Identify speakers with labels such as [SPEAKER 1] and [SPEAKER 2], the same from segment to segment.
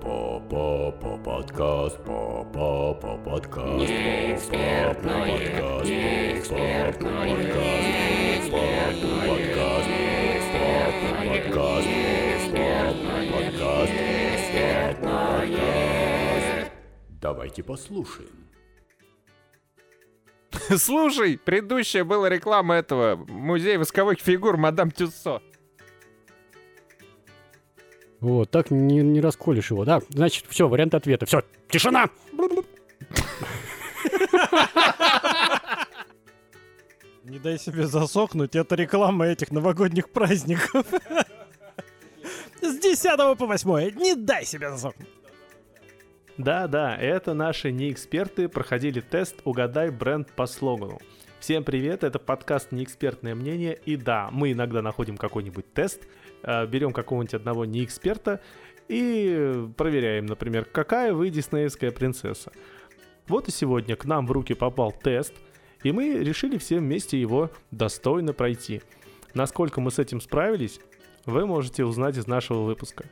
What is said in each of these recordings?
[SPEAKER 1] По-по-по-по подкаст, по-по-по подкаст,
[SPEAKER 2] Неэкспертное,
[SPEAKER 1] подкаст,
[SPEAKER 2] неэкспертное,
[SPEAKER 1] подкаст,
[SPEAKER 2] неэкспертное,
[SPEAKER 1] подкаст,
[SPEAKER 2] неэкспертное,
[SPEAKER 1] подкаст,
[SPEAKER 2] неэкспертное,
[SPEAKER 1] подкаст,
[SPEAKER 2] неэкспертное.
[SPEAKER 1] Давайте послушаем.
[SPEAKER 3] Слушай, предыдущая была реклама этого музея восковых фигур Мадам Тюссо.
[SPEAKER 4] Вот, так не, не расколешь его. Да, значит, все, вариант ответа. Все, тишина!
[SPEAKER 5] Не дай себе засохнуть, это реклама этих новогодних праздников. С 10 по 8. Не дай себе засохнуть.
[SPEAKER 6] Да, да, это наши неэксперты проходили тест «Угадай бренд по слогану». Всем привет, это подкаст «Неэкспертное мнение». И да, мы иногда находим какой-нибудь тест, э, берем какого-нибудь одного неэксперта и проверяем, например, какая вы диснеевская принцесса. Вот и сегодня к нам в руки попал тест, и мы решили все вместе его достойно пройти. Насколько мы с этим справились, вы можете узнать из нашего выпуска.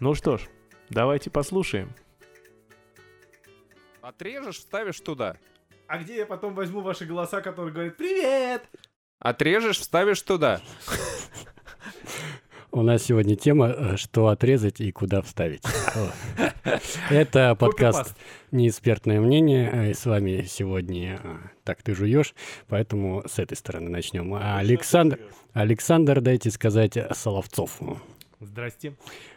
[SPEAKER 6] Ну что ж, давайте послушаем.
[SPEAKER 3] Отрежешь, вставишь туда.
[SPEAKER 6] А где я потом возьму ваши голоса, которые говорят «Привет!»
[SPEAKER 3] Отрежешь, вставишь туда.
[SPEAKER 4] У нас сегодня тема, э, что отрезать и куда вставить. Это подкаст «Неэкспертное мнение», э, и с вами сегодня э, «Так ты жуешь», поэтому с этой стороны начнем. А Александр, Александр, дайте сказать, э, Соловцов.
[SPEAKER 6] Здрасте.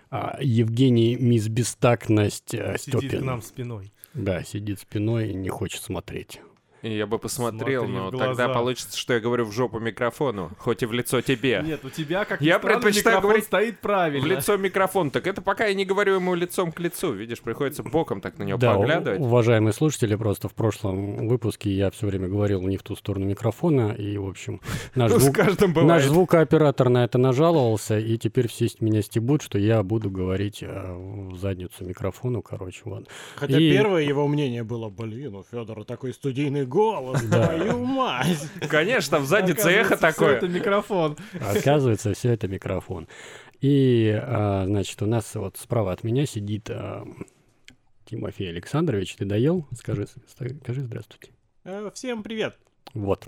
[SPEAKER 4] А Евгений Мисс Бестактность э,
[SPEAKER 6] Сидит к нам
[SPEAKER 4] Степин.
[SPEAKER 6] спиной.
[SPEAKER 4] Да, сидит спиной и не хочет смотреть.
[SPEAKER 3] И Я бы посмотрел,
[SPEAKER 6] Смотри
[SPEAKER 3] но
[SPEAKER 6] в глаза.
[SPEAKER 3] тогда получится, что я говорю в жопу микрофону, хоть и в лицо тебе.
[SPEAKER 6] Нет, у тебя, как
[SPEAKER 3] Я
[SPEAKER 6] ни странно,
[SPEAKER 3] предпочитаю
[SPEAKER 6] микрофон
[SPEAKER 3] говорить
[SPEAKER 6] стоит
[SPEAKER 3] В
[SPEAKER 6] правильно.
[SPEAKER 3] лицо микрофон. Так это пока я не говорю ему лицом к лицу. Видишь, приходится боком так на него
[SPEAKER 4] Да, у-
[SPEAKER 3] поглядывать.
[SPEAKER 4] уважаемые слушатели, просто в прошлом выпуске я все время говорил не в ту сторону микрофона, и, в общем, наш,
[SPEAKER 3] Ну, с
[SPEAKER 4] звук-
[SPEAKER 3] каждым
[SPEAKER 4] наш
[SPEAKER 3] бывает.
[SPEAKER 4] звукооператор на это нажаловался, и теперь все с меня стебут, что я буду говорить э, в задницу микрофону, короче, вот.
[SPEAKER 5] Хотя
[SPEAKER 4] И-
[SPEAKER 5] первое его мнение было, блин, у Федора такой студийный голос, твою мать.
[SPEAKER 3] Конечно, там в заднице эхо
[SPEAKER 6] Оказывается, всё
[SPEAKER 3] такое.
[SPEAKER 6] это микрофон.
[SPEAKER 4] А Оказывается, все это микрофон. И, а, значит, у нас вот справа от меня сидит а, Тимофей Александрович. Ты доел? Скажи, скажи здравствуйте.
[SPEAKER 5] Э, Всем привет.
[SPEAKER 4] Вот.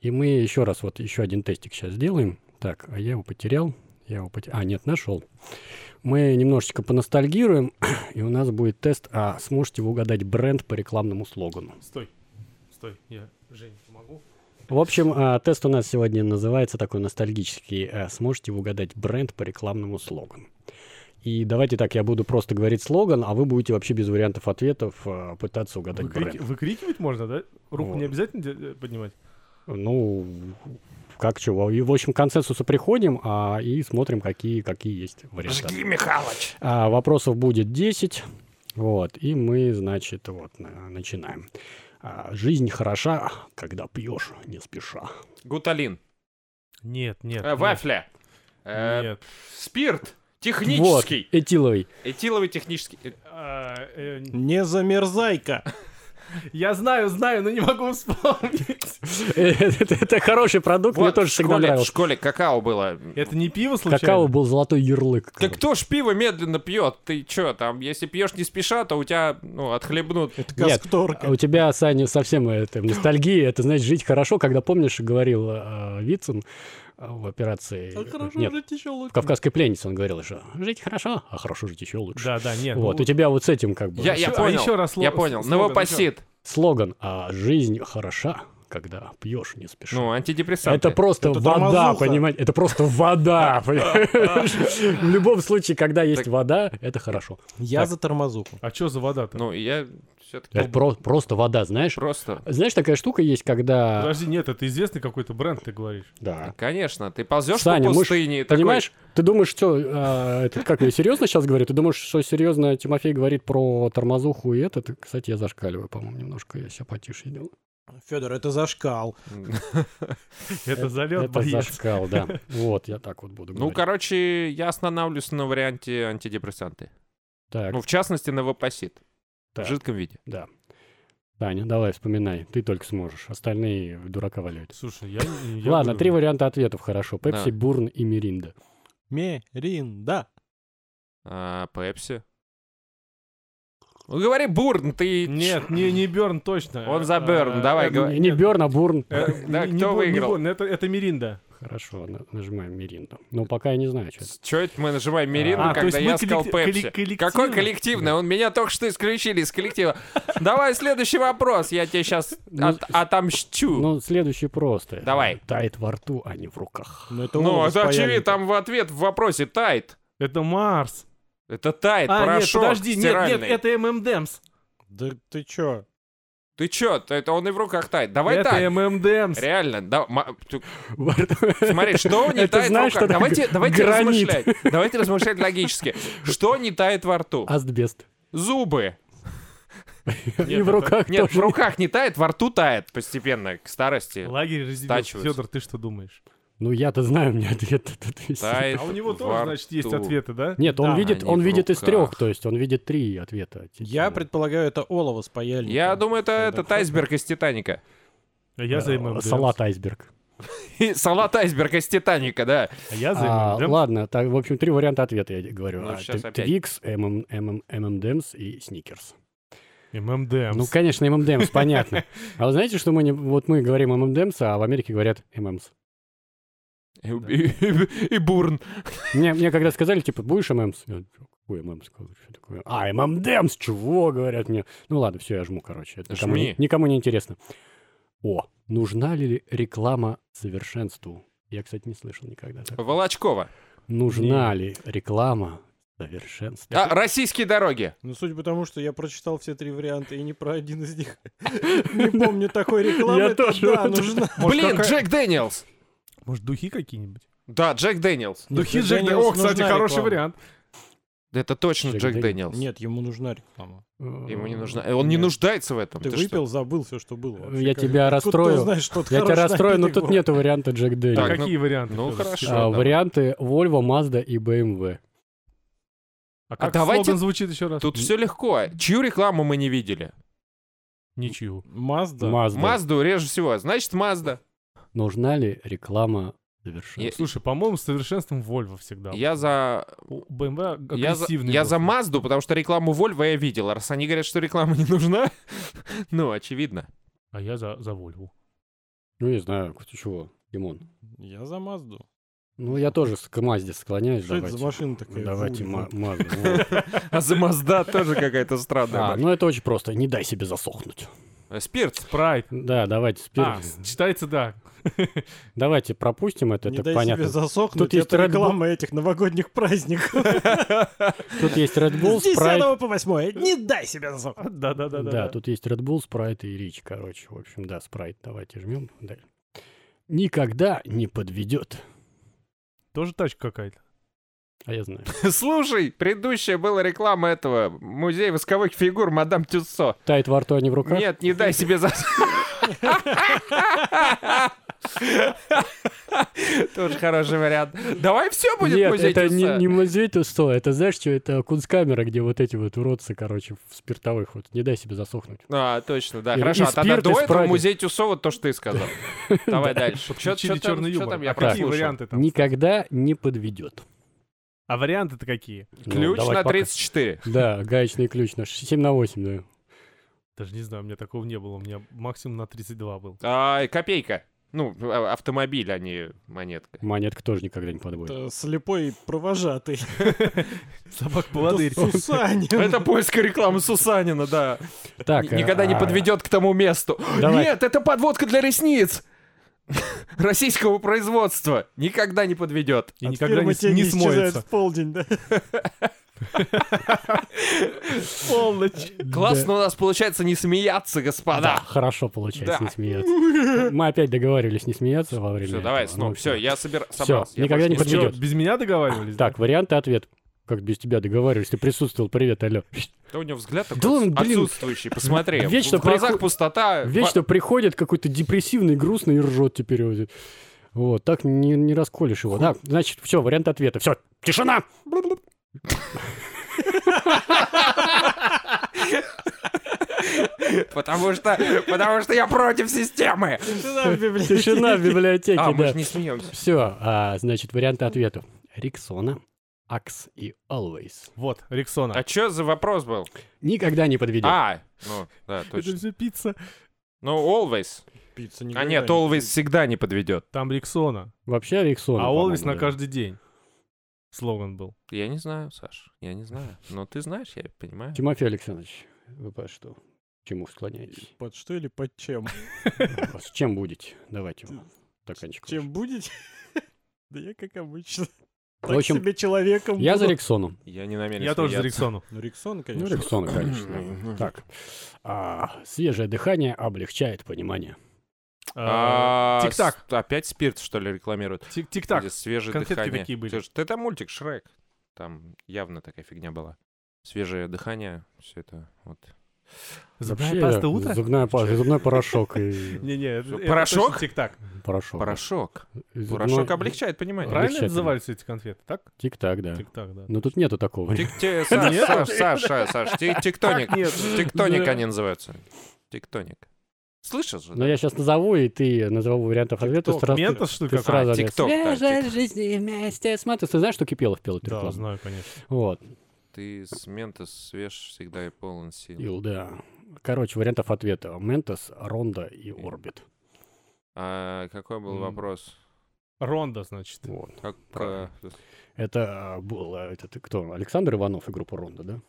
[SPEAKER 4] И мы еще раз, вот еще один тестик сейчас сделаем. Так, а я его потерял. Я его потерял. А, нет, нашел. Мы немножечко поностальгируем, и у нас будет тест, а сможете вы угадать бренд по рекламному слогану.
[SPEAKER 6] Стой, стой, я, Жень, помогу?
[SPEAKER 4] В общем, а, тест у нас сегодня называется такой ностальгический. а, Сможете вы угадать бренд по рекламному слогану. И давайте так, я буду просто говорить слоган, а вы будете вообще без вариантов ответов а, пытаться угадать
[SPEAKER 6] Выкрики-
[SPEAKER 4] бренд.
[SPEAKER 6] Выкрикивать можно, да? Руку
[SPEAKER 4] Вот.
[SPEAKER 6] не обязательно де- э, поднимать?
[SPEAKER 4] Ну, как чего? И, в общем, к консенсусу приходим а, и смотрим, какие, какие есть варианты.
[SPEAKER 3] Михалыч.
[SPEAKER 4] А, вопросов будет 10. Вот, и мы, значит, вот на- начинаем. А, жизнь хороша, когда пьешь не спеша.
[SPEAKER 3] Гуталин.
[SPEAKER 6] Нет, нет.
[SPEAKER 3] Э, Вафля. Э,
[SPEAKER 6] Нет.
[SPEAKER 3] Спирт. Технический.
[SPEAKER 4] Вот, этиловый.
[SPEAKER 3] Этиловый технический. Э,
[SPEAKER 6] А, э,
[SPEAKER 5] Не замерзайка.
[SPEAKER 6] Я знаю, знаю, но не могу вспомнить.
[SPEAKER 4] Это это хороший продукт, мне
[SPEAKER 3] вот
[SPEAKER 4] тоже
[SPEAKER 3] в
[SPEAKER 4] всегда
[SPEAKER 3] школе- В
[SPEAKER 4] нравился.
[SPEAKER 3] школе какао было.
[SPEAKER 6] Это не пиво случайно?
[SPEAKER 4] Какао был золотой ярлык.
[SPEAKER 3] Так кто ж пиво медленно пьет? Ты чё, там, если пьешь не спеша, то у тебя, ну, отхлебнут.
[SPEAKER 5] Это
[SPEAKER 4] Нет,
[SPEAKER 5] касторка.
[SPEAKER 4] А у тебя, Саня, совсем это, ностальгия. Это, значит, жить хорошо, когда, помнишь, говорил э, Вицин э, в операции...
[SPEAKER 5] А Хорошо
[SPEAKER 4] Нет,
[SPEAKER 5] жить еще
[SPEAKER 4] в
[SPEAKER 5] лучше.
[SPEAKER 4] «Кавказской пленнице» он говорил, что жить хорошо, а хорошо жить еще лучше.
[SPEAKER 6] Да, да, нет.
[SPEAKER 4] Вот,
[SPEAKER 6] ну,
[SPEAKER 4] у тебя вот с этим как бы...
[SPEAKER 3] Я, я
[SPEAKER 6] а
[SPEAKER 3] понял,
[SPEAKER 6] ещё раз сло-
[SPEAKER 3] я понял.
[SPEAKER 6] слоган,
[SPEAKER 3] Новопосит.
[SPEAKER 4] Слоган «А жизнь хороша, когда пьешь не спеша».
[SPEAKER 3] Ну, антидепрессанты.
[SPEAKER 4] это просто
[SPEAKER 5] Это
[SPEAKER 4] вода,
[SPEAKER 5] тормозуха.
[SPEAKER 4] понимаете? Это просто вода, понимаешь? В любом случае, когда есть вода, это хорошо.
[SPEAKER 5] Я
[SPEAKER 4] Так.
[SPEAKER 5] за тормозуху.
[SPEAKER 6] А что за вода-то?
[SPEAKER 3] Ну, я все таки
[SPEAKER 4] Это про- просто вода, знаешь?
[SPEAKER 3] просто...
[SPEAKER 4] Знаешь, такая штука есть, когда...
[SPEAKER 6] Подожди, нет, это известный какой-то бренд, ты говоришь.
[SPEAKER 4] Да.
[SPEAKER 3] Конечно, ты ползешь
[SPEAKER 4] Саня,
[SPEAKER 3] по
[SPEAKER 4] мы ж-
[SPEAKER 3] пустыне, и такой,
[SPEAKER 4] Понимаешь, ты думаешь, что... а, это как я серьезно сейчас говорю? Ты думаешь, что серьезно Тимофей говорит про тормозуху и этот? Кстати, я зашкаливаю, по-моему, немножко. Я себя потише делаю.
[SPEAKER 5] Федор, это зашкал.
[SPEAKER 6] Это залет,
[SPEAKER 4] Это
[SPEAKER 6] боец.
[SPEAKER 4] зашкал, да. Вот, я так вот буду
[SPEAKER 3] Ну,
[SPEAKER 4] говорить.
[SPEAKER 3] короче, я останавливаюсь на варианте антидепрессанты.
[SPEAKER 4] Так,
[SPEAKER 3] Ну, в частности, новопосит. В
[SPEAKER 4] Так.
[SPEAKER 3] жидком виде.
[SPEAKER 4] да. Таня, давай, вспоминай. Ты только сможешь. Остальные в дурака валяют.
[SPEAKER 6] Слушай, я... не- я
[SPEAKER 4] Ладно,
[SPEAKER 6] говорю,
[SPEAKER 4] три варианта ответов, хорошо.
[SPEAKER 3] Да.
[SPEAKER 4] Пепси, Бурн и Миринда.
[SPEAKER 5] Меринда.
[SPEAKER 3] А, Пепси. Ну, Говори Бурн, ты...
[SPEAKER 6] Нет, не, не Берн точно.
[SPEAKER 3] Он за Берн,
[SPEAKER 6] А,
[SPEAKER 3] давай,
[SPEAKER 6] э,
[SPEAKER 3] говори.
[SPEAKER 4] Не, не Берн, а Бурн.
[SPEAKER 6] э,
[SPEAKER 3] Э, да,
[SPEAKER 6] не- не
[SPEAKER 3] кто
[SPEAKER 6] Борн, не
[SPEAKER 3] выиграл?
[SPEAKER 6] Борн, это, это Миринда.
[SPEAKER 4] Хорошо, на- нажимаем Миринду. Ну, пока я не знаю, что это.
[SPEAKER 3] Че это мы нажимаем Миринду,
[SPEAKER 6] А, то
[SPEAKER 3] когда
[SPEAKER 6] есть
[SPEAKER 3] я
[SPEAKER 6] мы
[SPEAKER 3] сказал
[SPEAKER 6] коллек- коллек-
[SPEAKER 3] Пепси?
[SPEAKER 6] коллективно?
[SPEAKER 3] Какой коллективный? Он меня только что исключили из коллектива. Давай следующий вопрос, я тебе сейчас
[SPEAKER 4] Ну,
[SPEAKER 3] отомщу.
[SPEAKER 4] Ну, следующий просто.
[SPEAKER 3] Давай.
[SPEAKER 4] Тает во рту, а не в руках.
[SPEAKER 5] Ну, это
[SPEAKER 3] Ну,
[SPEAKER 5] он
[SPEAKER 3] это
[SPEAKER 5] с
[SPEAKER 3] очевидно,
[SPEAKER 5] паяльником.
[SPEAKER 3] там в ответ в вопросе тает.
[SPEAKER 6] Это Марс.
[SPEAKER 3] Это тает,
[SPEAKER 6] А, нет,
[SPEAKER 3] порошок
[SPEAKER 6] подожди, нет, нет,
[SPEAKER 3] стиральный.
[SPEAKER 6] это Эм ММДМС.
[SPEAKER 5] Да ты чё?
[SPEAKER 3] Ты чё, ты- это он и в руках тает. Давай так.
[SPEAKER 6] Это Эм ММДМС.
[SPEAKER 3] Реально, да, ма- тю-
[SPEAKER 4] Во рту.
[SPEAKER 3] смотри, что не
[SPEAKER 4] Это
[SPEAKER 3] тает
[SPEAKER 4] знаешь,
[SPEAKER 3] в руках?
[SPEAKER 4] что такое
[SPEAKER 3] Давайте, давайте
[SPEAKER 4] гранит?
[SPEAKER 3] размышлять. Давайте размышлять логически. Что не тает во
[SPEAKER 6] А-
[SPEAKER 3] рту?
[SPEAKER 4] Асбест.
[SPEAKER 3] Зубы.
[SPEAKER 4] И в руках
[SPEAKER 3] Нет, в
[SPEAKER 4] тоже.
[SPEAKER 3] руках не тает, во рту тает постепенно, к старости.
[SPEAKER 6] Лагерь разделился.
[SPEAKER 3] Стачивается.
[SPEAKER 6] Федор, ты что думаешь?
[SPEAKER 4] Ну, я-то знаю, у меня ответ тут висит.
[SPEAKER 3] Тает
[SPEAKER 6] А у него
[SPEAKER 3] Э, во
[SPEAKER 6] тоже, значит, есть
[SPEAKER 3] рту.
[SPEAKER 6] ответы, да?
[SPEAKER 4] Нет, он
[SPEAKER 5] Да,
[SPEAKER 4] видит,
[SPEAKER 3] они
[SPEAKER 4] он
[SPEAKER 3] в
[SPEAKER 4] видит из
[SPEAKER 3] руках.
[SPEAKER 4] трех, то есть он видит три ответа. Типа,
[SPEAKER 5] Я предполагаю, это олово с паяльником.
[SPEAKER 3] Я думаю, это
[SPEAKER 5] Когда
[SPEAKER 3] этот айсберг из Титаника.
[SPEAKER 6] А я за
[SPEAKER 4] Э,
[SPEAKER 6] ММДМС.
[SPEAKER 4] Салат айсберг.
[SPEAKER 3] И Салат айсберг из Титаника, да.
[SPEAKER 6] А я за
[SPEAKER 4] А,
[SPEAKER 6] ММДМС.
[SPEAKER 4] ладно, так, в общем, три варианта ответа я говорю.
[SPEAKER 3] Ну,
[SPEAKER 4] А,
[SPEAKER 3] щас
[SPEAKER 4] Т-
[SPEAKER 3] опять.
[SPEAKER 4] Твикс, ММ, ММ, ММДМС и Сникерс.
[SPEAKER 6] ММДМС.
[SPEAKER 4] Ну, конечно, ММДМС, понятно. А вы знаете, что мы не... Вот мы говорим ММДМС, а в Америке говорят ММС.
[SPEAKER 3] И, и- и бурн.
[SPEAKER 4] Мне, мне когда сказали, типа, будешь ММС? Я, какой ММС? Какой? Что такое? А, ММДМС, чего, говорят мне. Ну ладно, все, я жму, короче. Это никому,
[SPEAKER 3] Жми.
[SPEAKER 4] не- никому не интересно. О, нужна ли реклама совершенству? Я, кстати, не слышал никогда. так.
[SPEAKER 3] Волочкова.
[SPEAKER 4] Нужна ли реклама совершенству?
[SPEAKER 3] А, российские дороги.
[SPEAKER 5] Ну, судя по тому, что я прочитал все три варианта и ни про один из них не помню такой рекламы.
[SPEAKER 4] Я
[SPEAKER 5] это
[SPEAKER 4] тоже
[SPEAKER 5] Да,
[SPEAKER 4] вот-
[SPEAKER 5] нужна.
[SPEAKER 3] Блин, Джек Дэниелс.
[SPEAKER 6] Может, духи какие-нибудь?
[SPEAKER 3] Да, Джек Дэниелс.
[SPEAKER 6] Духи
[SPEAKER 5] Нет,
[SPEAKER 6] Джек
[SPEAKER 5] Дэниелс
[SPEAKER 6] Дэ- О, кстати,
[SPEAKER 5] нужна
[SPEAKER 6] хороший
[SPEAKER 5] реклама.
[SPEAKER 6] вариант.
[SPEAKER 3] Это точно
[SPEAKER 4] Джек
[SPEAKER 3] Джек
[SPEAKER 4] Дэниелс.
[SPEAKER 3] Дэниелс.
[SPEAKER 5] Нет, ему нужна реклама.
[SPEAKER 3] Ему не нужна. э, Он не
[SPEAKER 5] Нет.
[SPEAKER 3] нуждается в этом.
[SPEAKER 5] Ты
[SPEAKER 3] что?
[SPEAKER 5] выпил, забыл все, что было. вообще.
[SPEAKER 4] Я
[SPEAKER 5] Как-
[SPEAKER 4] тебя
[SPEAKER 5] откуда ты
[SPEAKER 4] расстрою.
[SPEAKER 5] знаешь, что это
[SPEAKER 4] Я тебя
[SPEAKER 5] хороший
[SPEAKER 4] расстрою, но
[SPEAKER 5] напиток
[SPEAKER 4] тут
[SPEAKER 5] был?
[SPEAKER 4] нету варианта Джек Дэниелс.
[SPEAKER 3] Так,
[SPEAKER 6] Какие варианты?
[SPEAKER 3] ну,
[SPEAKER 6] Федор?
[SPEAKER 3] хорошо.
[SPEAKER 4] А,
[SPEAKER 3] давай.
[SPEAKER 4] варианты Volvo, Mazda и BMW.
[SPEAKER 6] А как
[SPEAKER 3] давайте-
[SPEAKER 6] слоган звучит еще раз?
[SPEAKER 3] Тут все легко. Чью рекламу мы не видели?
[SPEAKER 6] Ничью.
[SPEAKER 5] Мазда.
[SPEAKER 4] Mazda.
[SPEAKER 3] Мазду реже всего. Значит, Мазда.
[SPEAKER 4] Нужна ли реклама совершенства?
[SPEAKER 3] Е-
[SPEAKER 6] Слушай, по-моему, с совершенством Вольво всегда.
[SPEAKER 3] Я за...
[SPEAKER 6] У BMW
[SPEAKER 3] Я за,
[SPEAKER 6] агрессивный.
[SPEAKER 3] я за
[SPEAKER 6] просто.
[SPEAKER 3] Мазду, потому что рекламу Вольво я видел. А раз они говорят, что реклама не нужна, ну, очевидно.
[SPEAKER 6] А я за, за Вольву.
[SPEAKER 4] Ну, не знаю, ты чего, Димон.
[SPEAKER 5] Я за Мазду.
[SPEAKER 4] Ну, я тоже с- к Мазде склоняюсь.
[SPEAKER 5] Что это
[SPEAKER 4] давайте. Ну,
[SPEAKER 5] за машина такая?
[SPEAKER 4] Давайте
[SPEAKER 5] Вульва.
[SPEAKER 4] Ма- Мазду. ну.
[SPEAKER 3] А за Мазда тоже какая-то
[SPEAKER 4] А,
[SPEAKER 3] странная.
[SPEAKER 4] ну это очень просто. Не дай себе засохнуть.
[SPEAKER 3] марка. Спирт.
[SPEAKER 6] Прайд.
[SPEAKER 4] Да, давайте
[SPEAKER 6] А,
[SPEAKER 4] спирт.
[SPEAKER 6] с- читается, да.
[SPEAKER 4] Давайте пропустим это,
[SPEAKER 5] Не
[SPEAKER 4] это
[SPEAKER 5] дай
[SPEAKER 4] понятно.
[SPEAKER 5] себе засохнуть,
[SPEAKER 4] Тут есть
[SPEAKER 5] это
[SPEAKER 4] Red Bull.
[SPEAKER 5] реклама этих новогодних праздников.
[SPEAKER 4] Тут есть Red Bull,
[SPEAKER 5] С 10
[SPEAKER 4] Sprite.
[SPEAKER 5] по 8. Не дай себе засохнуть.
[SPEAKER 3] А,
[SPEAKER 4] Да,
[SPEAKER 6] Да-да-да.
[SPEAKER 4] тут есть Red Bull, Sprite и Рич, короче. В общем, да, Sprite давайте жмем. Далее. Никогда не подведет.
[SPEAKER 6] Тоже тачка какая-то.
[SPEAKER 4] А я знаю.
[SPEAKER 3] Слушай, предыдущая была реклама этого музея восковых фигур Мадам Тюссо.
[SPEAKER 4] Тает во рту, а не в руках?
[SPEAKER 3] Нет, не дай себе за... Тоже хороший вариант. Давай все будет
[SPEAKER 4] Нет,
[SPEAKER 3] музей
[SPEAKER 4] это не,
[SPEAKER 3] Тюссо.
[SPEAKER 4] не музей Тусо, это знаешь что, это кунсткамера, где вот эти вот уродцы, короче, в спиртовых, вот не дай себе засохнуть.
[SPEAKER 3] А, точно, да.
[SPEAKER 4] И-
[SPEAKER 3] Хорошо,
[SPEAKER 4] и
[SPEAKER 3] а тогда
[SPEAKER 4] спирт,
[SPEAKER 3] до
[SPEAKER 4] и
[SPEAKER 3] этого
[SPEAKER 4] спрайт.
[SPEAKER 3] музей Тюссо, вот то, что ты сказал. Давай дальше. Чё- чё
[SPEAKER 6] Подключили
[SPEAKER 3] там-
[SPEAKER 6] черный
[SPEAKER 3] чё
[SPEAKER 6] юмор.
[SPEAKER 3] там я
[SPEAKER 6] а какие
[SPEAKER 3] прослушал?
[SPEAKER 6] варианты там?
[SPEAKER 4] Никогда не подведет.
[SPEAKER 6] А варианты-то какие?
[SPEAKER 4] Ну,
[SPEAKER 3] Ключ
[SPEAKER 4] давай
[SPEAKER 3] на
[SPEAKER 4] пока.
[SPEAKER 3] 34.
[SPEAKER 4] Да, гаечный ключ на 7 на 8, да.
[SPEAKER 6] Даже не знаю, у меня такого не было. У меня максимум на 32 был.
[SPEAKER 3] А, и копейка. Ну, а- автомобиль, а не монетка.
[SPEAKER 4] Монетка тоже никогда не подводит.
[SPEAKER 5] Это Слепой провожатый.
[SPEAKER 6] Собак поводырь.
[SPEAKER 5] Это Сусанин.
[SPEAKER 3] Это польская реклама Сусанина, да.
[SPEAKER 4] Так,
[SPEAKER 3] Н- Э, Никогда не
[SPEAKER 4] а,
[SPEAKER 3] подведет к тому месту.
[SPEAKER 4] Давай.
[SPEAKER 3] Нет, это подводка для ресниц. Российского производства. Никогда не подведет.
[SPEAKER 6] И
[SPEAKER 5] От
[SPEAKER 6] никогда
[SPEAKER 5] фирмы
[SPEAKER 6] не, с-
[SPEAKER 5] тени
[SPEAKER 6] не
[SPEAKER 5] исчезает
[SPEAKER 6] смоется.
[SPEAKER 5] в полдень, да?
[SPEAKER 6] Полночь.
[SPEAKER 3] Классно у нас получается не смеяться,
[SPEAKER 4] Да,
[SPEAKER 3] господа.
[SPEAKER 4] хорошо получается,
[SPEAKER 3] Да.
[SPEAKER 4] не смеяться. Мы опять договаривались не смеяться во время.
[SPEAKER 3] Все, давай,
[SPEAKER 4] этого.
[SPEAKER 3] снова.
[SPEAKER 4] Ну,
[SPEAKER 3] Все, я собира-
[SPEAKER 4] Всё,
[SPEAKER 3] собрался. Я
[SPEAKER 4] никогда
[SPEAKER 3] больше
[SPEAKER 4] не
[SPEAKER 3] ни с чем.
[SPEAKER 4] подведет.
[SPEAKER 6] Без меня договаривались? да?
[SPEAKER 4] Так, варианты ответ. Как без тебя договаривались? Ты присутствовал, привет, алло.
[SPEAKER 3] Да у него взгляд такой
[SPEAKER 4] Да он, блин,
[SPEAKER 3] отсутствующий, посмотри.
[SPEAKER 4] вечно
[SPEAKER 3] в глазах
[SPEAKER 4] приход-
[SPEAKER 3] пустота.
[SPEAKER 4] Вечно приходит какой-то депрессивный, грустный и ржет теперь. Вот, вот так не, не расколешь его. Да, значит, все, вариант ответа. Все, тишина!
[SPEAKER 3] Потому что, потому что я против системы.
[SPEAKER 5] Тишина в библиотеке.
[SPEAKER 4] Тишина в библиотеке,
[SPEAKER 3] А, мы
[SPEAKER 4] да.
[SPEAKER 3] же не смеемся.
[SPEAKER 4] а, Все, значит, варианты ответа. Риксона, Axe и Always.
[SPEAKER 6] Вот, Рексона.
[SPEAKER 3] А чё за вопрос был?
[SPEAKER 4] Никогда не подведет.
[SPEAKER 3] А, ну, да, точно.
[SPEAKER 6] все пицца.
[SPEAKER 3] Ну, Always. А
[SPEAKER 5] Пицца никогда
[SPEAKER 3] нет,
[SPEAKER 5] не
[SPEAKER 3] Always
[SPEAKER 5] будет.
[SPEAKER 3] всегда не подведет.
[SPEAKER 6] Там Рексона.
[SPEAKER 4] Вообще Риксон.
[SPEAKER 6] а Олвис на каждый день. Слоган был.
[SPEAKER 3] Я не знаю, Саш, я не знаю. Но ты знаешь, я понимаю.
[SPEAKER 4] Тимофей Александрович, вы по что? К Чему склоняетесь?
[SPEAKER 5] Под что или под чем?
[SPEAKER 4] А С чем будете? Давайте вам стаканчик.
[SPEAKER 5] Чем
[SPEAKER 4] лучше.
[SPEAKER 5] будете? Да я как обычно.
[SPEAKER 4] В
[SPEAKER 5] Так
[SPEAKER 4] общем,
[SPEAKER 5] себе человеком
[SPEAKER 4] Я за
[SPEAKER 5] буду.
[SPEAKER 4] Риксоном.
[SPEAKER 3] Я не намерен
[SPEAKER 6] Я тоже за
[SPEAKER 3] смеяться.
[SPEAKER 6] Рексону.
[SPEAKER 5] Ну, Риксон,
[SPEAKER 4] Ну,
[SPEAKER 5] конечно.
[SPEAKER 4] Риксон, конечно. Так. А, свежее дыхание облегчает понимание.
[SPEAKER 6] А,
[SPEAKER 3] А,
[SPEAKER 6] Тик-так.
[SPEAKER 3] с- Опять спирт, что ли, рекламируют?
[SPEAKER 6] тик- Тик-так.
[SPEAKER 3] Где свежее
[SPEAKER 6] конфетки
[SPEAKER 3] дыхание.
[SPEAKER 6] какие были?
[SPEAKER 3] Ты ж- Это мультик Шрек. Там явно такая фигня была. Свежее дыхание, все это вот.
[SPEAKER 6] Зубная
[SPEAKER 4] Вообще,
[SPEAKER 6] паста утро?
[SPEAKER 4] зубная па- зубной порошок и
[SPEAKER 6] Не-не, это- это
[SPEAKER 3] Порошок?
[SPEAKER 6] точно Тик-так.
[SPEAKER 4] порошок.
[SPEAKER 3] Порошок.
[SPEAKER 4] Зубной-
[SPEAKER 3] Порошок облегчает понимание.
[SPEAKER 6] Правильно
[SPEAKER 4] Облегчательно.
[SPEAKER 6] назывались эти конфеты, так?
[SPEAKER 4] Тик-так, да.
[SPEAKER 6] Тик-так, да.
[SPEAKER 4] Но тут нету такого.
[SPEAKER 3] Тик- те- Саш, Саш, Саш, Саш, Саш, ти- тектоник. Тектоник они называются. Тектоник. Слышал же?
[SPEAKER 4] Но Ну, я сейчас назову, и ты назову вариантов ответа.
[SPEAKER 6] Ток.
[SPEAKER 4] сразу-
[SPEAKER 6] Ментос, что ли,
[SPEAKER 4] ты
[SPEAKER 6] как?
[SPEAKER 4] сразу
[SPEAKER 3] А,
[SPEAKER 4] ответ.
[SPEAKER 3] тикток, да,
[SPEAKER 4] Свежая
[SPEAKER 3] тик-
[SPEAKER 4] жизнь вместе с Мантос. Ты знаешь, что Кипелов пел эту
[SPEAKER 6] Да,
[SPEAKER 4] рекламу?
[SPEAKER 6] знаю, конечно.
[SPEAKER 4] Вот.
[SPEAKER 3] Ты с Ментос свеж всегда и полон сил.
[SPEAKER 4] Ил, да. Короче, вариантов ответа. Ментос, Ронда и Орбит.
[SPEAKER 3] А какой был
[SPEAKER 6] М.
[SPEAKER 3] вопрос?
[SPEAKER 6] Ронда, значит.
[SPEAKER 4] Вот.
[SPEAKER 3] Как,
[SPEAKER 4] Правильно.
[SPEAKER 3] э,
[SPEAKER 4] Это а, был, а, этот кто? Александр Иванов и группа Ронда, да?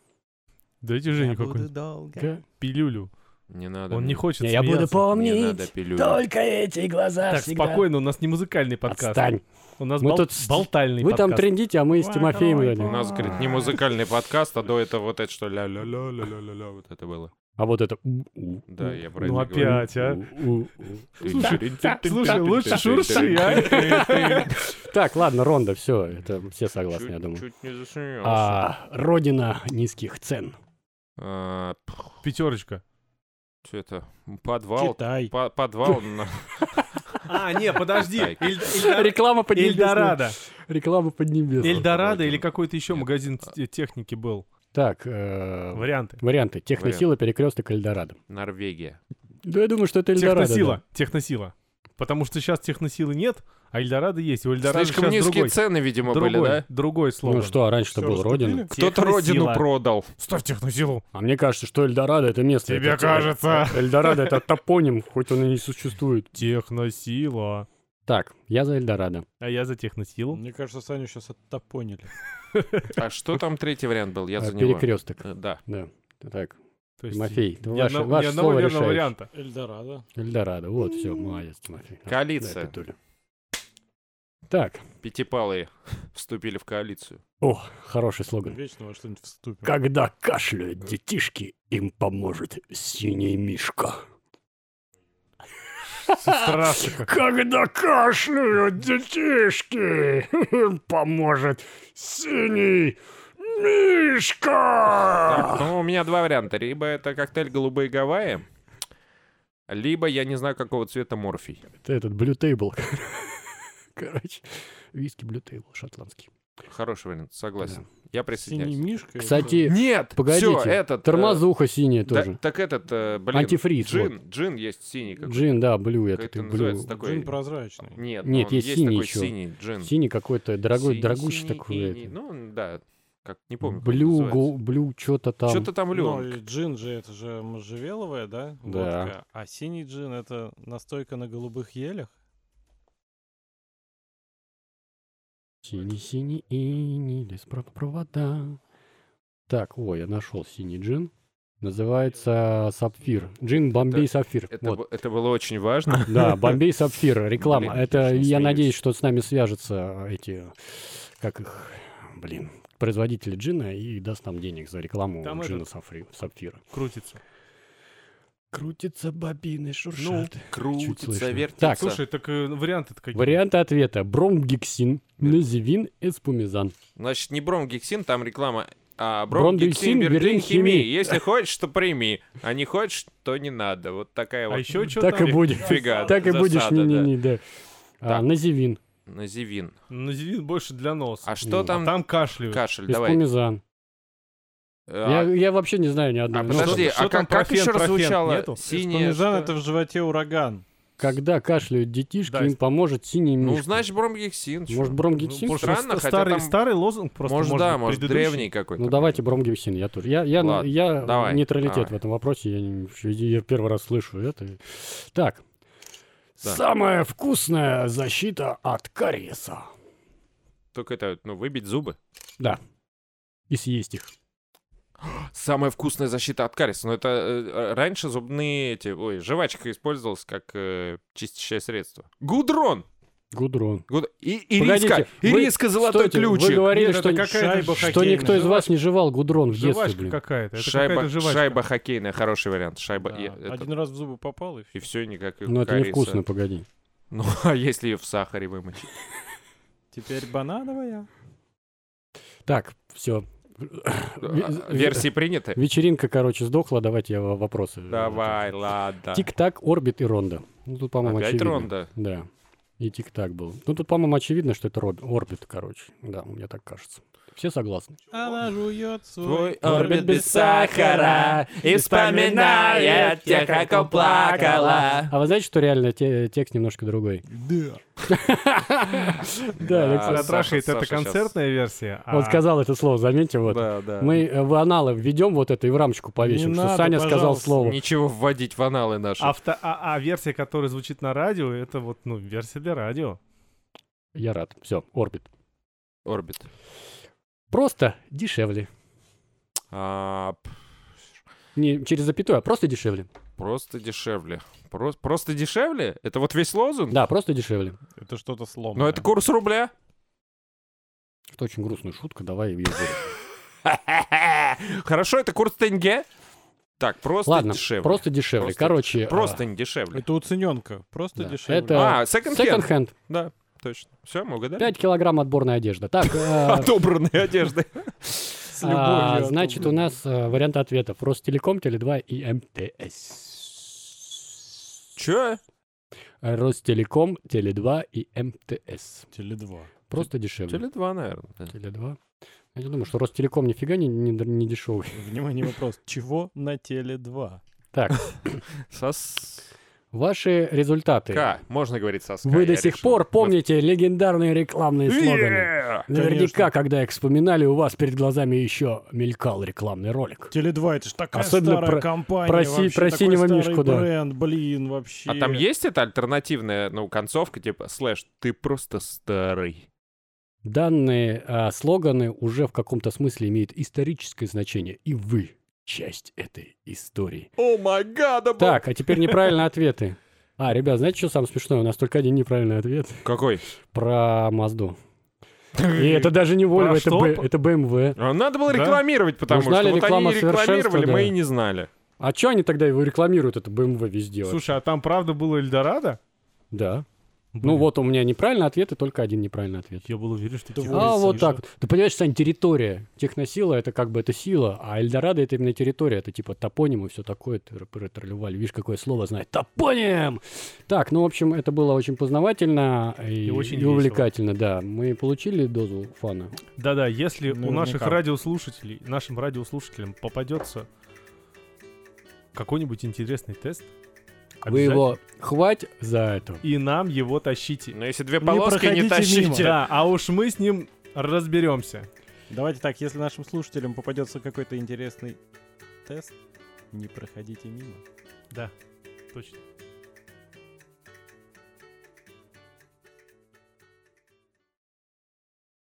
[SPEAKER 6] Дайте Жене какую-нибудь пилюлю.
[SPEAKER 3] Не надо.
[SPEAKER 6] Он
[SPEAKER 3] мне.
[SPEAKER 6] не хочет
[SPEAKER 4] Я буду
[SPEAKER 6] смеяться.
[SPEAKER 3] Не
[SPEAKER 4] помнить
[SPEAKER 3] надо пилюлю.
[SPEAKER 4] только эти глаза
[SPEAKER 6] Так,
[SPEAKER 4] всегда.
[SPEAKER 6] спокойно, у нас не музыкальный подкаст.
[SPEAKER 4] Отстань.
[SPEAKER 6] У нас
[SPEAKER 4] Мы
[SPEAKER 6] бол-
[SPEAKER 4] тут с-
[SPEAKER 6] болтальный
[SPEAKER 4] Вы там
[SPEAKER 6] подкаст.
[SPEAKER 4] трендите, а мы с Тимофеем...
[SPEAKER 3] У
[SPEAKER 4] идем.
[SPEAKER 3] нас, говорит, не музыкальный подкаст, а до этого вот это что ля-ля-ля-ля-ля-ля, вот это было.
[SPEAKER 4] А вот это...
[SPEAKER 3] Да, я про
[SPEAKER 6] Ну
[SPEAKER 3] это говорю.
[SPEAKER 6] опять, а?
[SPEAKER 3] Слушай,
[SPEAKER 6] Слушай, лучше шурши, а?
[SPEAKER 4] Так, ладно, Ронда, все, это все согласны, я
[SPEAKER 3] Чуть,
[SPEAKER 4] думаю.
[SPEAKER 3] чуть не засмеялся.
[SPEAKER 4] А, родина низких цен.
[SPEAKER 3] А, пф,
[SPEAKER 6] Пятерочка.
[SPEAKER 3] чё это? Подвал.
[SPEAKER 5] Китай.
[SPEAKER 3] По- Подвал. на-
[SPEAKER 6] А, не, подожди.
[SPEAKER 3] Так.
[SPEAKER 6] Эль- Эльдор-
[SPEAKER 4] Реклама поднебесная.
[SPEAKER 6] Эльдорадо.
[SPEAKER 4] Реклама поднебесная.
[SPEAKER 6] Эльдорадо
[SPEAKER 3] Вроде
[SPEAKER 6] или
[SPEAKER 3] бы.
[SPEAKER 6] какой-то еще
[SPEAKER 3] Нет. А.
[SPEAKER 6] магазин те- техники был.
[SPEAKER 4] Так, э,
[SPEAKER 6] Варианты.
[SPEAKER 4] варианты. Техносила, перекресток, Эльдорадо.
[SPEAKER 3] Норвегия.
[SPEAKER 4] Да, я думаю, что это Эльдорадо.
[SPEAKER 6] Техносила. Техносила. Потому что сейчас техносилы нет, а Эльдорадо есть. У Эльдорадо
[SPEAKER 3] Слишком
[SPEAKER 6] сейчас
[SPEAKER 3] низкие
[SPEAKER 6] другой.
[SPEAKER 3] цены, видимо, были,
[SPEAKER 6] Другой,
[SPEAKER 3] да?
[SPEAKER 6] другой
[SPEAKER 4] да. Ну
[SPEAKER 6] слово.
[SPEAKER 4] что, а раньше-то
[SPEAKER 5] Всё
[SPEAKER 4] был
[SPEAKER 5] раскупили?
[SPEAKER 4] родина.
[SPEAKER 3] Кто-то родину продал.
[SPEAKER 6] Ставь техносилу.
[SPEAKER 4] А мне кажется, что Эльдорадо это место.
[SPEAKER 6] Тебе
[SPEAKER 4] Это-
[SPEAKER 6] кажется.
[SPEAKER 4] э, Эльдорадо это топоним, хоть он и не существует.
[SPEAKER 6] Техносила.
[SPEAKER 4] Так, я за Эльдорадо.
[SPEAKER 6] А я за техносилу.
[SPEAKER 5] Мне кажется, Саню сейчас оттопонили.
[SPEAKER 3] А что там третий вариант был? Я
[SPEAKER 4] Э,
[SPEAKER 3] за него.
[SPEAKER 4] Перекресток.
[SPEAKER 3] Э, Да.
[SPEAKER 4] Да. Так,
[SPEAKER 6] То есть
[SPEAKER 4] Тимофей,
[SPEAKER 6] ни
[SPEAKER 4] ваше,
[SPEAKER 6] одно-
[SPEAKER 4] ваше
[SPEAKER 6] ни одного
[SPEAKER 4] слово
[SPEAKER 6] верного
[SPEAKER 4] решающее.
[SPEAKER 6] варианта.
[SPEAKER 5] Эльдорадо.
[SPEAKER 4] Эльдорадо, вот, все, молодец, Тимофей. Да,
[SPEAKER 3] Коалиция.
[SPEAKER 4] это Толя. Так,
[SPEAKER 3] Пятипалые вступили в коалицию.
[SPEAKER 4] о, хороший слоган.
[SPEAKER 5] Вечно во что-нибудь вступим.
[SPEAKER 4] Когда кашляют детишки, им поможет синий мишка.
[SPEAKER 6] Страшно как.
[SPEAKER 4] Когда кашляют детишки, им поможет синий мишка.
[SPEAKER 3] Так, ну, у меня два варианта. Либо это коктейль «Голубые Гавайи», либо я не знаю, какого цвета морфий.
[SPEAKER 4] Это этот Blue Table. Короче, виски Blue Table шотландский.
[SPEAKER 3] Хороший вариант, согласен. Я
[SPEAKER 5] Синий
[SPEAKER 3] присоединяюсь.
[SPEAKER 5] мишка.
[SPEAKER 4] Кстати,
[SPEAKER 3] Нет,
[SPEAKER 4] погодите,
[SPEAKER 3] все, этот... э,
[SPEAKER 4] тормозуха синяя
[SPEAKER 3] да-
[SPEAKER 4] тоже.
[SPEAKER 3] так этот, э, блин,
[SPEAKER 4] Антифриз,
[SPEAKER 3] джин, джин есть синий какой-то.
[SPEAKER 4] Джин, да, блю
[SPEAKER 3] Как
[SPEAKER 4] этот.
[SPEAKER 3] это
[SPEAKER 4] и Blue.
[SPEAKER 3] называется?
[SPEAKER 5] это
[SPEAKER 3] Такой...
[SPEAKER 5] Джин прозрачный.
[SPEAKER 3] Нет,
[SPEAKER 4] Нет,
[SPEAKER 3] он
[SPEAKER 4] есть
[SPEAKER 3] есть
[SPEAKER 4] синий
[SPEAKER 3] такой
[SPEAKER 4] еще.
[SPEAKER 3] синий джин.
[SPEAKER 4] Синий какой-то, дорогой,
[SPEAKER 3] Синий,
[SPEAKER 4] дорогущий
[SPEAKER 3] синий,
[SPEAKER 4] такой.
[SPEAKER 3] иний.
[SPEAKER 4] это.
[SPEAKER 3] Ну, да, как не помню.
[SPEAKER 4] Блю, го- блю, что-то там.
[SPEAKER 3] Что-то там
[SPEAKER 5] Ну,
[SPEAKER 3] лю.
[SPEAKER 5] и джин же, это же можжевеловая, да?
[SPEAKER 4] Да.
[SPEAKER 5] водка? А синий джин — это настойка на голубых елях?
[SPEAKER 4] Синий, синий иний, лес про- провода. Так, ой, я нашел синий джин. Называется Сапфир. Джин Бомбей Сапфир.
[SPEAKER 3] Это,
[SPEAKER 4] вот.
[SPEAKER 3] бу- это было очень важно.
[SPEAKER 4] Да, Бомбей Сапфир, реклама.
[SPEAKER 3] Блин,
[SPEAKER 4] Это,
[SPEAKER 3] я
[SPEAKER 4] я
[SPEAKER 3] же смеюсь.
[SPEAKER 4] надеюсь, что с нами свяжутся эти, как их, блин, производители джина и даст нам денег за рекламу
[SPEAKER 6] Там
[SPEAKER 4] джина
[SPEAKER 6] этот-
[SPEAKER 4] Сапфри- Сапфира.
[SPEAKER 6] Крутится.
[SPEAKER 4] Крутятся бобины, шуршат.
[SPEAKER 3] Ну, Крутится,
[SPEAKER 4] слышно.
[SPEAKER 3] вертится.
[SPEAKER 4] Так,
[SPEAKER 6] Слушай, так э, варианты-то какие?
[SPEAKER 4] Варианты Ну, ответа. Бромгексин, називин, эспумизан.
[SPEAKER 3] Значит, не бромгексин, там реклама, а бромгексин,
[SPEAKER 4] Бромгексин,
[SPEAKER 3] берлин,
[SPEAKER 4] Берлин,
[SPEAKER 3] химии.
[SPEAKER 4] химии.
[SPEAKER 3] Если хочешь, то прими, а не хочешь, то не надо. Вот такая
[SPEAKER 6] А
[SPEAKER 3] вот
[SPEAKER 6] еще что
[SPEAKER 4] Так
[SPEAKER 6] там?
[SPEAKER 4] и будет.
[SPEAKER 3] фига,
[SPEAKER 4] Так и
[SPEAKER 3] засада,
[SPEAKER 4] будешь,
[SPEAKER 3] да.
[SPEAKER 4] не-не-не, да. А,
[SPEAKER 3] Так.
[SPEAKER 4] Називин,
[SPEAKER 3] Називин.
[SPEAKER 6] Називин Ну, больше для носа.
[SPEAKER 3] А что
[SPEAKER 4] Ну,
[SPEAKER 3] там?
[SPEAKER 6] Там кашляют.
[SPEAKER 3] Кашель, давай.
[SPEAKER 4] эспумизан. Я,
[SPEAKER 3] А,
[SPEAKER 4] я вообще не знаю ни
[SPEAKER 3] а
[SPEAKER 4] одной. Ну,
[SPEAKER 3] подожди,
[SPEAKER 6] что
[SPEAKER 3] а
[SPEAKER 6] там,
[SPEAKER 3] как, как
[SPEAKER 6] профен,
[SPEAKER 3] еще раз
[SPEAKER 6] профен
[SPEAKER 5] Ну,
[SPEAKER 3] звучало? Ну,
[SPEAKER 6] нету?
[SPEAKER 3] Синяя...
[SPEAKER 5] Пармезан —
[SPEAKER 3] что?
[SPEAKER 5] это в животе ураган.
[SPEAKER 4] когда кашляют детишки,
[SPEAKER 6] Да,
[SPEAKER 4] им поможет синий
[SPEAKER 3] Ну,
[SPEAKER 4] мишка.
[SPEAKER 3] значит, бромгексин. чё.
[SPEAKER 4] Может, бромгексин?
[SPEAKER 3] Ну,
[SPEAKER 6] Потому что
[SPEAKER 3] Странно, хотя
[SPEAKER 6] старый,
[SPEAKER 3] там-
[SPEAKER 6] старый лозунг просто
[SPEAKER 3] может, да,
[SPEAKER 6] быть,
[SPEAKER 3] может,
[SPEAKER 6] предыдущий.
[SPEAKER 3] древний какой-то.
[SPEAKER 4] Ну давайте бромгексин, я тоже. Я, я,
[SPEAKER 3] Ладно,
[SPEAKER 4] я
[SPEAKER 3] давай, А.
[SPEAKER 4] нейтралитет
[SPEAKER 3] давай.
[SPEAKER 4] в этом вопросе, я, не- я первый раз слышу это. Так.
[SPEAKER 3] Да.
[SPEAKER 4] Самая вкусная защита от кариеса.
[SPEAKER 3] Только это, ну, выбить зубы.
[SPEAKER 4] И съесть их.
[SPEAKER 3] Самая вкусная защита от кариеса. Но это э, раньше зубные эти... Ой, жвачка использовалась как э, чистящее средство. Гудрон!
[SPEAKER 4] Гудрон.
[SPEAKER 3] Гуд- И, и
[SPEAKER 4] Погодите,
[SPEAKER 3] риска! И
[SPEAKER 4] вы-
[SPEAKER 3] риска золотой
[SPEAKER 4] стойте,
[SPEAKER 3] ключик!
[SPEAKER 4] Вы говорили,
[SPEAKER 6] Нет,
[SPEAKER 4] что,
[SPEAKER 6] это какая-то
[SPEAKER 4] что
[SPEAKER 6] хоккейная.
[SPEAKER 4] никто из вас не жевал гудрон в детстве,
[SPEAKER 6] Жвачка
[SPEAKER 4] блин.
[SPEAKER 6] какая-то. Это
[SPEAKER 3] Шайба,
[SPEAKER 6] какая-то жвачка.
[SPEAKER 3] шайба хоккейная, хороший вариант. Шайба... и,
[SPEAKER 5] Да,
[SPEAKER 3] это-
[SPEAKER 5] Один раз в зубы попал и
[SPEAKER 3] и все, никак и
[SPEAKER 4] Ну это
[SPEAKER 3] кариеса.
[SPEAKER 4] невкусно, погоди.
[SPEAKER 3] Ну, а если ее в сахаре вымочить?
[SPEAKER 5] Теперь банановая.
[SPEAKER 4] Так, все.
[SPEAKER 3] А, Версии приняты?
[SPEAKER 4] Вечеринка, короче, сдохла. Давайте я в- вопросы.
[SPEAKER 3] Давай, ладно.
[SPEAKER 4] Тик-так, орбит и ронда. Ну тут, по-моему,
[SPEAKER 3] Опять
[SPEAKER 4] очевидно.
[SPEAKER 3] ронда.
[SPEAKER 4] Да. И тик-так был. Ну тут, по-моему, очевидно, что это роб- орбит, короче. Да, мне так кажется. Все согласны.
[SPEAKER 5] Она жует
[SPEAKER 3] Твой
[SPEAKER 5] свой...
[SPEAKER 3] орбит без сахара И вспоминает тех, о ком плакала
[SPEAKER 4] А вы знаете, что реально те- текст немножко другой? Да,
[SPEAKER 3] Да.
[SPEAKER 4] Александр.
[SPEAKER 3] Саша,
[SPEAKER 6] Затрахает это
[SPEAKER 3] Саша щас-
[SPEAKER 6] концертная версия. а-
[SPEAKER 4] Он сказал это слово, заметьте, вот.
[SPEAKER 3] Да, да.
[SPEAKER 4] Мы э, в аналы введем вот это и в рамочку повесим,
[SPEAKER 5] Не
[SPEAKER 4] что
[SPEAKER 5] надо,
[SPEAKER 4] Саня сказал
[SPEAKER 5] пожалуйста.
[SPEAKER 4] слово.
[SPEAKER 3] Ничего вводить в аналы наши.
[SPEAKER 6] Авто, а, а версия, которая звучит на радио, это вот, ну, версия для радио.
[SPEAKER 4] Я рад. Все, орбит.
[SPEAKER 3] Орбит.
[SPEAKER 4] Просто дешевле.
[SPEAKER 3] А, п-
[SPEAKER 4] Не через запятую, а просто дешевле.
[SPEAKER 3] Просто дешевле. Прос- Просто дешевле? Это вот весь лозунг?
[SPEAKER 4] Да, просто дешевле.
[SPEAKER 5] Это что-то сломанное.
[SPEAKER 3] Но
[SPEAKER 4] Ну,
[SPEAKER 3] это курс рубля.
[SPEAKER 4] Это очень грустная шутка, давай ее вырежем.
[SPEAKER 3] Хорошо, это курс тенге. Так, просто
[SPEAKER 4] Ладно,
[SPEAKER 3] дешевле.
[SPEAKER 4] просто дешевле.
[SPEAKER 3] Просто
[SPEAKER 4] Короче, а,
[SPEAKER 3] Просто не дешевле.
[SPEAKER 5] Это уцененка. Просто
[SPEAKER 4] Да.
[SPEAKER 5] дешевле.
[SPEAKER 4] Это-
[SPEAKER 3] А, second
[SPEAKER 4] second
[SPEAKER 3] hand.
[SPEAKER 4] hand.
[SPEAKER 3] Да, точно. Все, мы угадали.
[SPEAKER 4] 5 килограмм отборная одежда. Так, э,
[SPEAKER 3] Отобранные одежды.
[SPEAKER 5] С
[SPEAKER 4] а,
[SPEAKER 5] любовью.
[SPEAKER 4] значит, у нас э, вариант ответа. Ростелеком, Теле2 и МТС.
[SPEAKER 3] Че?
[SPEAKER 4] Ростелеком, Теле2 и МТС.
[SPEAKER 5] Теле 2.
[SPEAKER 4] Просто дешевле.
[SPEAKER 3] Теле 2, наверное.
[SPEAKER 4] Теле2. Я не думаю, что Ростелеком нифига не, не, не дешевый.
[SPEAKER 5] Внимание, вопрос. Чего на теле 2?
[SPEAKER 4] Так,
[SPEAKER 3] Сос...
[SPEAKER 4] ваши результаты.
[SPEAKER 3] К. Можно говорить соска.
[SPEAKER 4] Вы до
[SPEAKER 3] я
[SPEAKER 4] сих
[SPEAKER 3] решил.
[SPEAKER 4] пор помните легендарные рекламные слоганы.
[SPEAKER 3] Е!
[SPEAKER 4] Наверняка, когда их вспоминали, у вас перед глазами еще мелькал рекламный ролик.
[SPEAKER 5] Теле 2 это ж такая
[SPEAKER 4] Особенно
[SPEAKER 5] старая
[SPEAKER 4] про-
[SPEAKER 5] компания.
[SPEAKER 4] про си-
[SPEAKER 5] вообще,
[SPEAKER 4] про
[SPEAKER 5] такой
[SPEAKER 4] синего
[SPEAKER 5] старый
[SPEAKER 4] мишку, да.
[SPEAKER 5] бренд, блин, вообще.
[SPEAKER 3] А там есть эта альтернативная, ну, концовка, типа, слэш, ты просто старый.
[SPEAKER 4] Данные а, слоганы уже в каком-то смысле имеют историческое значение, и вы часть этой истории.
[SPEAKER 3] О май гад,
[SPEAKER 4] Так, а теперь неправильные ответы. А, ребят, знаете, что самое смешное? У нас только один неправильный ответ
[SPEAKER 3] Какой?
[SPEAKER 4] про Мазду. И это даже не Volvo, это,
[SPEAKER 6] что?
[SPEAKER 4] Б- это эм BMW.
[SPEAKER 3] А Надо было
[SPEAKER 6] Да?
[SPEAKER 3] рекламировать, потому
[SPEAKER 4] Нужна ли
[SPEAKER 3] что вот они
[SPEAKER 4] реклама
[SPEAKER 3] не рекламировали,
[SPEAKER 4] совершенства,
[SPEAKER 3] мы
[SPEAKER 4] да.
[SPEAKER 3] и не знали.
[SPEAKER 4] А чё они тогда его рекламируют, это BMW везде? вообще?
[SPEAKER 6] Слушай, а там правда было Эльдорадо?
[SPEAKER 4] Да. Ну
[SPEAKER 6] Блин,
[SPEAKER 4] вот у меня неправильный ответ и только один неправильный ответ.
[SPEAKER 6] Я был уверен, что...
[SPEAKER 5] Да
[SPEAKER 6] тебе-
[SPEAKER 5] вот.
[SPEAKER 4] А,
[SPEAKER 5] Ой,
[SPEAKER 4] вот
[SPEAKER 5] Саша.
[SPEAKER 4] так. Ты понимаешь, Сань, территория. Техносила — это как бы это сила, а Эльдорадо — это именно территория. Это типа топоним и все такое. тыры-пыры, тролливали. Видишь, какое слово знает. Топоним! Так, ну, в общем, это было очень познавательно и,
[SPEAKER 6] И очень
[SPEAKER 4] и
[SPEAKER 6] весело.
[SPEAKER 4] увлекательно, да. Мы получили дозу фана.
[SPEAKER 6] Да-да, если у
[SPEAKER 5] Наверняка.
[SPEAKER 6] наших радиослушателей, нашим радиослушателям попадется какой-нибудь интересный тест,
[SPEAKER 4] Вы
[SPEAKER 6] обязательно-
[SPEAKER 4] его хвать за это.
[SPEAKER 6] и нам его тащите.
[SPEAKER 3] Но если две
[SPEAKER 5] Не
[SPEAKER 3] полоски, не,
[SPEAKER 5] проходите мимо.
[SPEAKER 3] тащите.
[SPEAKER 6] Да, а уж мы с ним разберемся.
[SPEAKER 5] Давайте так, если нашим слушателям попадется какой-то интересный тест, не проходите мимо.
[SPEAKER 6] Да, точно.